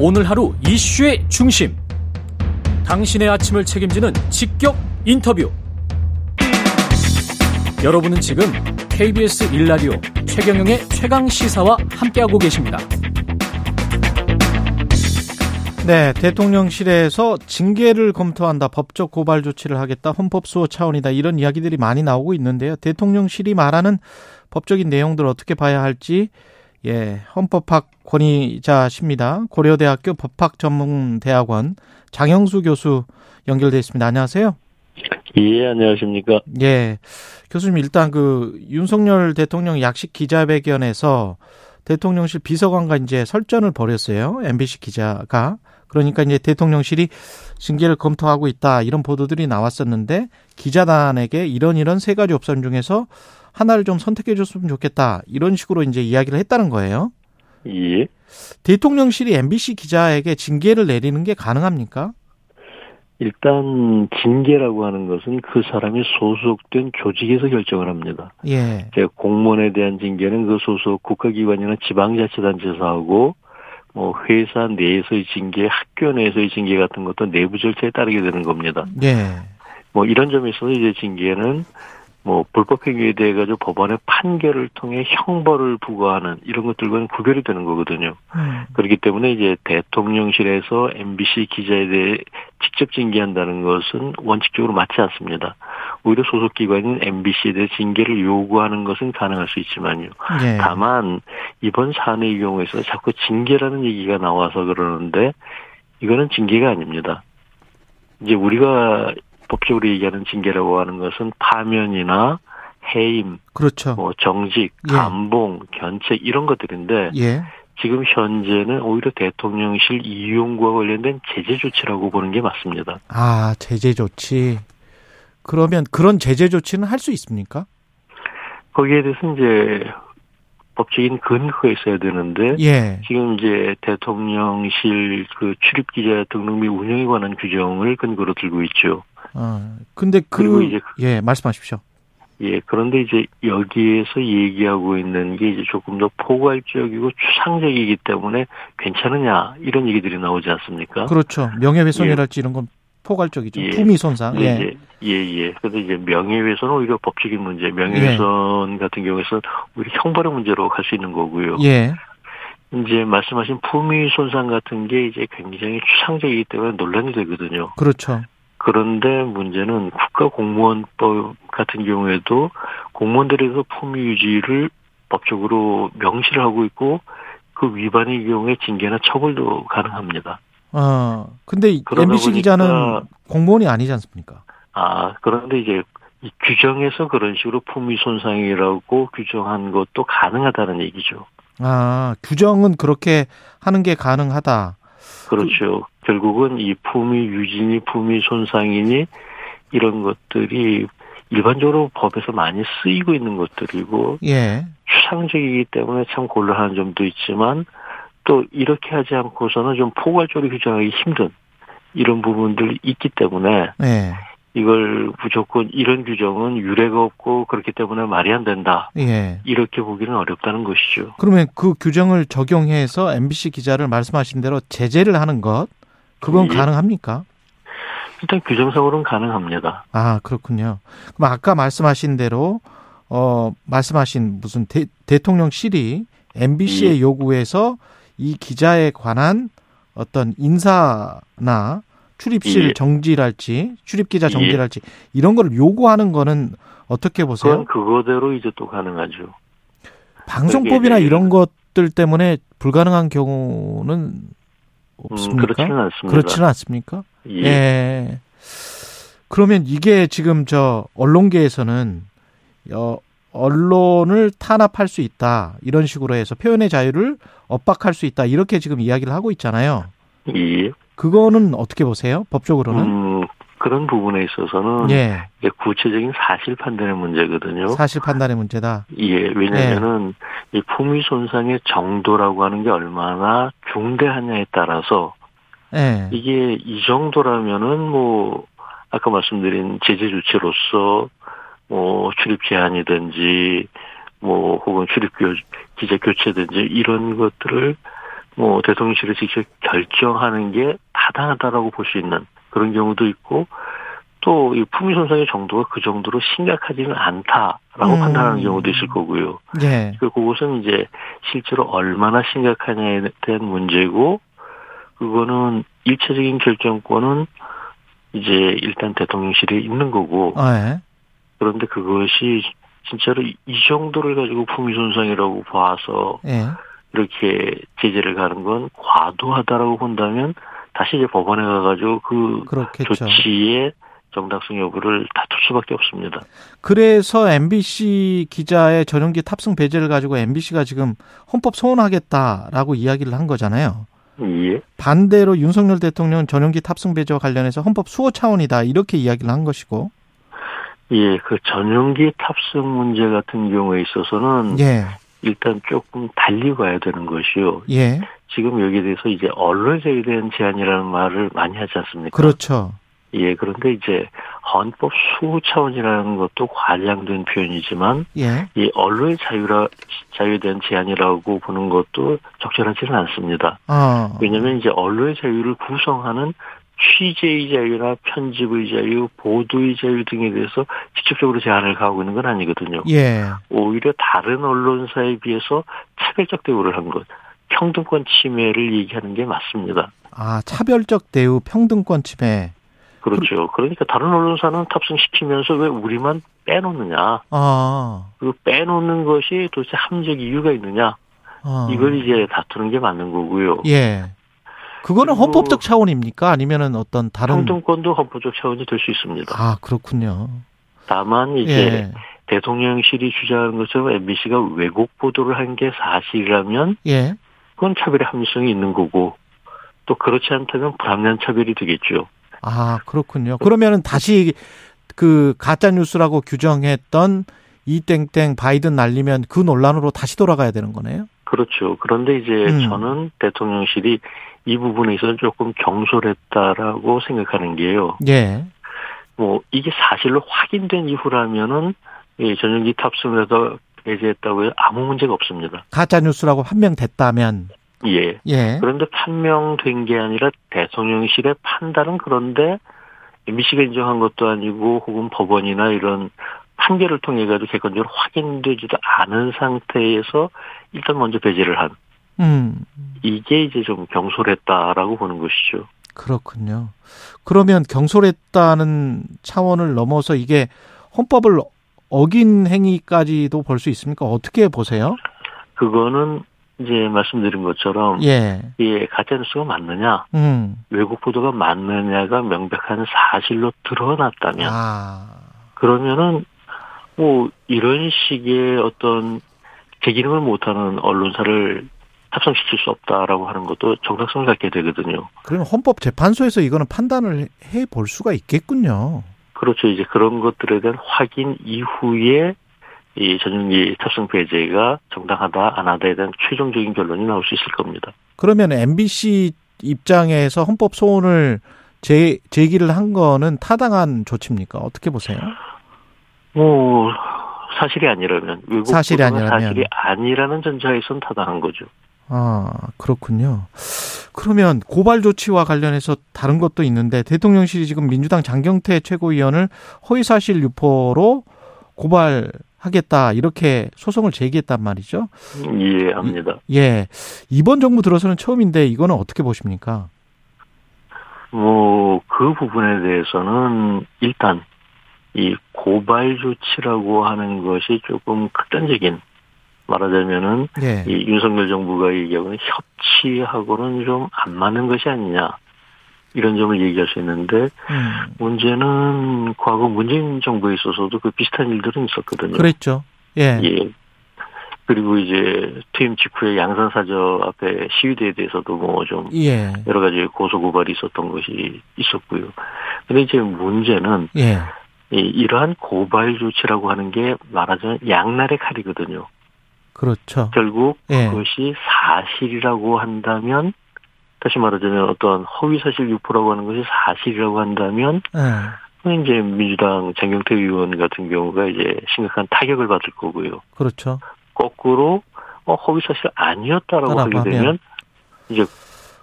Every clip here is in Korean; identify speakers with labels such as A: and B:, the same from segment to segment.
A: 오늘 하루 이슈의 중심. 당신의 아침을 책임지는 직격 인터뷰. 여러분은 지금 KBS 1라디오 최경영의 최강 시사와 함께하고 계십니다.
B: 네, 대통령실에서 징계를 검토한다, 법적 고발 조치를 하겠다, 헌법수호 차원이다 이런 이야기들이 많이 나오고 있는데요. 대통령실이 말하는 법적인 내용들 어떻게 봐야 할지 예, 헌법학 권위자십니다. 고려대학교 법학전문대학원 장영수 교수 연결돼 있습니다. 안녕하세요.
C: 예, 안녕하십니까.
B: 예, 교수님 일단 그 윤석열 대통령 약식 기자회견에서 대통령실 비서관과 이제 설전을 벌였어요. MBC 기자가. 그러니까 이제 대통령실이 징계를 검토하고 있다 이런 보도들이 나왔었는데 기자단에게 이런 이런 세 가지 옵션 중에서 하나를 좀 선택해 줬으면 좋겠다 이런 식으로 이제 이야기를 했다는 거예요.
C: 예.
B: 대통령실이 MBC 기자에게 징계를 내리는 게 가능합니까?
C: 일단 징계라고 하는 것은 그 사람이 소속된 조직에서 결정을 합니다.
B: 예.
C: 이제 공무원에 대한 징계는 그 소속 국가기관이나 지방자치단체에서 하고 뭐 회사 내에서의 징계, 학교 내에서의 징계 같은 것도 내부 절차에 따르게 되는 겁니다.
B: 예.
C: 뭐 이런 점에 있어서 이제 징계는 뭐 불법 행위에 대해 가지고 법원의 판결을 통해 형벌을 부과하는 이런 것들과는 구별이 되는 거거든요.
B: 음.
C: 그렇기 때문에 이제 대통령실에서 MBC 기자에 대해 직접 징계한다는 것은 원칙적으로 맞지 않습니다. 오히려 소속 기관인 MBC에 대해 징계를 요구하는 것은 가능할 수 있지만요.
B: 예.
C: 아, 다만 이번 사안의 경우에서 자꾸 징계라는 얘기가 나와서 그러는데 이거는 징계가 아닙니다. 이제 우리가 법적으로 얘기하는 징계라고 하는 것은 파면이나 해임,
B: 그렇죠.
C: 뭐 정직,
B: 예.
C: 감봉, 견책 이런 것들인데
B: 예.
C: 지금 현재는 오히려 대통령실 이용과 관련된 제재 조치라고 보는 게 맞습니다.
B: 아, 제재 조치. 그러면 그런 제재 조치는 할 수 있습니까?
C: 거기에 대해서 이제 법적인 근거가 있어야 되는데
B: 예.
C: 지금 이제 대통령실 그 출입 기자 등록 및 운영에 관한 규정을 근거로 들고 있죠.
B: 어. 근데 그
C: 그리고 이제 그-
B: 예, 말씀하십시오.
C: 예, 그런데 이제 여기에서 얘기하고 있는 게 이제 조금 더 포괄적이고 추상적이기 때문에 괜찮으냐 이런 얘기들이 나오지 않습니까?
B: 그렇죠. 명예훼손이랄지 이런 건 포괄적이죠.
C: 예.
B: 품위 손상.
C: 예,
B: 예.
C: 예, 예, 예. 근데 이제 명예훼손은 오히려 법적인 문제, 명예훼손 같은 경우에서 우리 형벌의 문제로 갈 수 있는 거고요.
B: 예.
C: 이제 말씀하신 품위 손상 같은 게 이제 굉장히 추상적이기 때문에 논란이 되거든요.
B: 그렇죠.
C: 그런데 문제는 국가공무원법 같은 경우에도 공무원들에서 품위 유지를 법적으로 명시를 하고 있고 그 위반의 경우에 징계나 처벌도 가능합니다.
B: 어, 근데 이
C: 그러다
B: MBC
C: 보니까-
B: 기자는 공무원이 아니지 않습니까?
C: 아, 그런데 이제 이 규정에서 그런 식으로 품위 손상이라고 규정한 것도 가능하다는 얘기죠.
B: 아, 규정은 그렇게 하는 게 가능하다.
C: 그렇죠. 결국은 이 품위 유진이 품위 손상이니 이런 것들이 일반적으로 법에서 많이 쓰이고 있는 것들이고
B: 예.
C: 추상적이기 때문에 참 곤란한 점도 있지만 또 이렇게 하지 않고서는 좀 포괄적으로 규정하기 힘든 이런 부분들이 있기 때문에
B: 예.
C: 이걸 무조건 이런 규정은 유례가 없고 그렇기 때문에 말이 안 된다.
B: 예.
C: 이렇게 보기는 어렵다는 것이죠.
B: 그러면 그 규정을 적용해서 MBC 기자를 말씀하신 대로 제재를 하는 것 그건
C: 예.
B: 가능합니까?
C: 일단 규정상으로는 가능합니다.
B: 아, 그렇군요. 그럼 아까 말씀하신 대로 어, 말씀하신 무슨 대, 대통령실이 MBC의
C: 음.
B: 요구에서 이 기자에 관한 어떤 인사나 출입실
C: 예.
B: 정지랄지 출입 기자
C: 예.
B: 정지랄지 이런 걸 요구하는 거는 어떻게 보세요?
C: 그건 그거대로 이제 또 가능하죠. 음,
B: 방송법이나
C: 그게 이제-
B: 이런 것들 때문에 불가능한 경우는 없습니까?
C: 음, 그렇지는 않습니다.
B: 그렇지는 않습니까?
C: 예.
B: 예. 그러면 이게 지금 저 언론계에서는 어, 언론을 탄압할 수 있다 이런 식으로 해서 표현의 자유를 압박할 수 있다 이렇게 지금 이야기를 하고 있잖아요.
C: 예.
B: 그거는 어떻게 보세요? 법적으로는
C: 음, 그런 부분에 있어서는
B: 예
C: 이제 구체적인 사실 판단의 문제거든요.
B: 사실 판단의 문제다.
C: 예, 왜냐면은 이 품위 손상의 정도라고 하는 게 얼마나 중대하냐에 따라서
B: 예
C: 이게 이 정도라면은 뭐 아까 말씀드린 제재 조치로서 뭐 출입 제한이든지 뭐 혹은 출입 교, 기자 교체든지 이런 것들을 뭐 대통령실이 직접 결정하는 게 타당하다라고 볼 수 있는 그런 경우도 있고 또 이 품위 손상의 정도가 그 정도로 심각하지는 않다라고
B: 음.
C: 판단하는 경우도 있을 거고요.
B: 예.
C: 그 그것은 이제 실제로 얼마나 심각하냐에 대한 문제고 그거는 일체적인 결정권은 이제 일단 대통령실에 있는 거고
B: 예.
C: 그런데 그것이 진짜로 이- 이 정도를 가지고 품위 손상이라고 봐서
B: 예.
C: 이렇게 제재를 가는 건 과도하다라고 본다면 다시 이제 법원에 가가지고 그
B: 그렇겠죠.
C: 조치의 정당성 여부를 다툴 수밖에 없습니다.
B: 그래서 MBC 기자의 전용기 탑승 배제를 가지고 MBC가 지금 헌법 소원하겠다라고 이야기를 한 거잖아요.
C: 예.
B: 반대로 윤석열 대통령은 전용기 탑승 배제와 관련해서 헌법 수호 차원이다 이렇게 이야기를 한 것이고.
C: 예, 그 전용기 탑승 문제 같은 경우에 있어서는
B: 예.
C: 일단 조금 달리 가야 되는 것이요.
B: 예. 지
C: 금 여기에 대해서 이제 언론 자유에 대한 제한이라는 말을 많이 하지 않습니까?
B: 그렇죠.
C: 예, 그런데 이제 헌법 수호 차원이라는 것도 과장된 표현이지만
B: 예.
C: 이 언론의 자유라 자유에 대한 제한이라고 보는 것도 적절하지는 않습니다.
B: 어.
C: 왜냐하면 이제 언론의 자유를 구성하는 취재의 자유나 편집의 자유, 보도의 자유 등에 대해서 직접적으로 제한을 가하고 있는 건 아니거든요.
B: 예.
C: 오히려 다른 언론사에 비해서 차별적 대우를 한 것, 평등권 침해를 얘기하는 게 맞습니다.
B: 아, 차별적 대우 평등권 침해.
C: 그렇죠. 그러니까 다른 언론사는 탑승시키면서 왜 우리만 빼놓느냐?
B: 아.
C: 그리고 빼놓는 것이 도대체 합리적 이유가 있느냐?
B: 어.
C: 이걸 이제 다투는 게 맞는 거고요.
B: 예. 그거는
C: 그리고-
B: 헌법적 차원입니까? 아니면은 어떤 다른
C: 평등권도 헌법적 차원이 될 수 있습니다.
B: 아, 그렇군요.
C: 다만 이제
B: 예.
C: 대통령실이 주장하는 것처럼 MBC가 왜곡 보도를 한 게 사실이라면
B: 예.
C: 그건 차별의 합리성이 있는 거고 또 그렇지 않다면 불합리한 차별이 되겠죠.
B: 아, 그렇군요. 그러면은 다시 그 가짜 뉴스라고 규정했던 이 땡땡 바이든 날리면 그 논란으로 다시 돌아가야 되는 거네요.
C: 그렇죠. 그런데 이제
B: 음.
C: 저는 대통령실이 이 부분에 있어서 조금 경솔했다라고 생각하는 게요.
B: 예.
C: 뭐 이게 사실로 확인된 이후라면은 예, 전용기 탑승해서 배제했다고 해서 아무 문제가 없습니다.
B: 가짜 뉴스라고 판명됐다면
C: 예.
B: 예.
C: 그런데 판명된 게 아니라 대통령실의 판단은 그런데 MBC가 인정한 것도 아니고 혹은 법원이나 이런 판결을 통해 가지고 객관적으로 확인되지도 않은 상태에서 일단 먼저 배제를 한
B: 음.
C: 이게 이제 좀 경솔했다라고 보는 것이죠.
B: 그렇군요. 그러면 경솔했다는 차원을 넘어서 이게 헌법을 어긴 행위까지도 볼 수 있습니까? 어떻게 보세요?
C: 그거는 이제 말씀드린 것처럼
B: 예.
C: 예 가짜뉴스가 맞느냐
B: 음.
C: 외국 보도가 맞느냐가 명백한 사실로 드러났다면
B: 아.
C: 그러면은 뭐 이런 식의 어떤 제 기능을 못하는 언론사를 탑승시킬 수 없다라고 하는 것도 정당성을 갖게 되거든요.
B: 그러면 헌법 재판소에서 이거는 판단을 해 볼 수가 있겠군요.
C: 그렇죠. 이제 그런 것들에 대한 확인 이후에 이 전용기 탑승 배제가 정당하다 안 하다에 대한 최종적인 결론이 나올 수 있을 겁니다.
B: 그러면 MBC 입장에서 헌법 소원을 제, 제기를 한 거는 타당한 조치입니까? 어떻게 보세요?
C: 뭐 사실이 아니라면 외국
B: 사실이
C: 보도가
B: 아니라면.
C: 사실이 아니라는 전자에선 타당한 거죠.
B: 아, 그렇군요. 그러면 고발 조치와 관련해서 다른 것도 있는데 대통령실이 지금 민주당 장경태 최고위원을 허위사실 유포로 고발하겠다 이렇게 소송을 제기했단 말이죠.
C: 이해합니다.
B: 예. 이번 정부 들어서는 처음인데 이거는 어떻게 보십니까?
C: 뭐 그 부분에 대해서는 일단 이 고발 조치라고 하는 것이 조금 극단적인 말하자면은
B: 예.
C: 이 윤석열 정부가 얘기하고는 협치하고는 좀 안 맞는 것이 아니냐 이런 점을 얘기할 수 있는데
B: 음,
C: 문제는 과거 문재인 정부에 있어서도 그 비슷한 일들은 있었거든요.
B: 그랬죠. 예.
C: 예. 그리고 이제 퇴임 직후에 양산사저 앞에 시위대에 대해서도 뭐좀
B: 예.
C: 여러 가지 고소 고발이 있었던 것이 있었고요. 근데 이제 문제는
B: 예.
C: 이 이러한 고발 조치라고 하는 게 말하자면 양날의 칼이거든요.
B: 그렇죠.
C: 결국
B: 예.
C: 그것이 사실이라고 한다면 다시 말하자면 어떤 허위 사실 유포라고 하는 것이 사실이라고 한다면
B: 예.
C: 이제 민주당 장경태 의원 같은 경우가 이제 심각한 타격을 받을 거고요.
B: 그렇죠.
C: 거꾸로 어, 허위 사실 아니었다라고 하게
B: 따라가면.
C: 되면 이제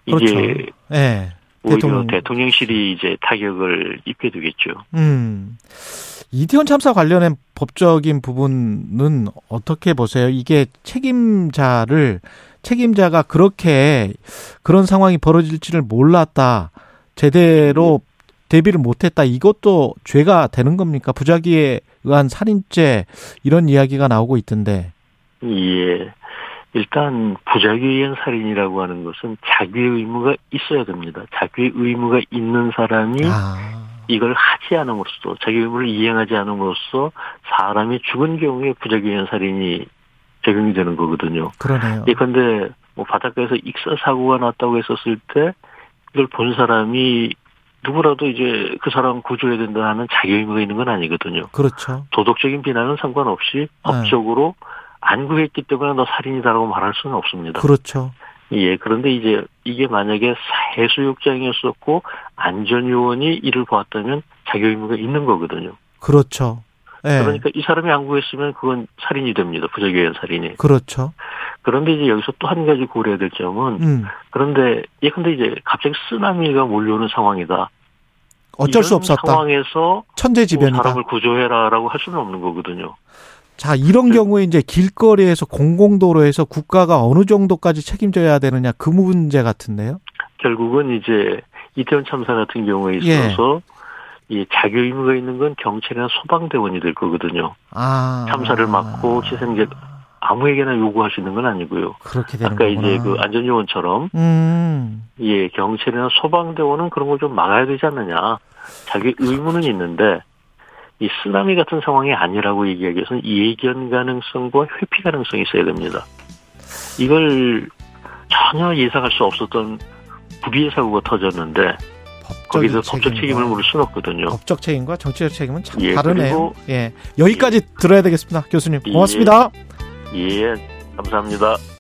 B: 그렇죠.
C: 이게
B: 예.
C: 오히려
B: 대통령.
C: 대통령실이 이제 타격을 입게 되겠죠.
B: 음. 이태원 참사 관련된 법적인 부분은 어떻게 보세요? 이게 책임자를 책임자가 그렇게 그런 상황이 벌어질지를 몰랐다. 제대로 대비를 못했다. 이것도 죄가 되는 겁니까? 부작위에 의한 살인죄 이런 이야기가 나오고 있던데.
C: 예. 일단 부작위에 의한 살인이라고 하는 것은 자기의 의무가 있어야 됩니다. 자기의 의무가 있는 사람이
B: 아,
C: 이걸 하지 않음으로써 자기 의무를 이행하지 않음으로써 사람이 죽은 경우에 부작위에 의한 살인이 적용이 되는 거거든요.
B: 그러네요.
C: 예컨대 뭐 바닷가에서 익사 사고가 났다고 했었을 때 이걸 본 사람이 누구라도 이제 그 사람 구조해야 된다 하는 자기 의무가 있는 건 아니거든요.
B: 그렇죠.
C: 도덕적인 비난은 상관없이 법적으로 안구했기 때문에 너 살인이다라고 말할 수는 없습니다.
B: 그렇죠.
C: 예, 그런데 이제 이게 만약에 해수욕장이었었고 안전요원이 이를 보았다면 자기 의무가 있는 거거든요.
B: 그렇죠. 예.
C: 그러니까 이 사람이 안구했으면 그건 살인이 됩니다. 부적격한 살인이.
B: 그렇죠.
C: 그런데 이제 여기서 또 한 가지 고려해야 될 점은
B: 음.
C: 그런데 예컨대 이제 갑자기 쓰나미가 몰려오는 상황이다.
B: 어쩔 수
C: 이런
B: 없었다.
C: 상황에서 뭐
B: 천재지변이다.
C: 사람을 구조해라라고 할 수는 없는 거거든요.
B: 자, 이런
C: 네.
B: 경우에 이제 길거리에서 공공도로에서 국가가 어느 정도까지 책임져야 되느냐 그 문제 같은데요.
C: 결국은 이제 이태원 참사 같은
B: 예.
C: 경우에 있어서 이 자기 의무가 있는 건 경찰이나 소방대원이 될 거거든요.
B: 아.
C: 참사를 막고 희생자 아무에게나 요구할 수 있는 건 아니고요.
B: 그렇게 되는
C: 아까
B: 거구나.
C: 이제 그 안전요원처럼
B: 음.
C: 예 경찰이나 소방대원은 그런 걸 좀 막아야 되지 않느냐. 자기 의무는 있는데 이 쓰나미 같은 상황이 아니라고 얘기하기 위해서는 예견 가능성과 회피 가능성이 있어야 됩니다. 이걸 전혀 예상할 수 없었던 불의의 사고가 터졌는데
B: 법적인
C: 거기서 법적 책임을
B: 책임과
C: 물을 수는 없거든요. 어.
B: 법적 책임과 정치적 책임은 참
C: 예,
B: 다르네요.
C: 그리고-
B: 예. 여기까지 들어야 되겠습니다. 교수님.
C: 예.
B: 고맙습니다.
C: 예, 감사합니다.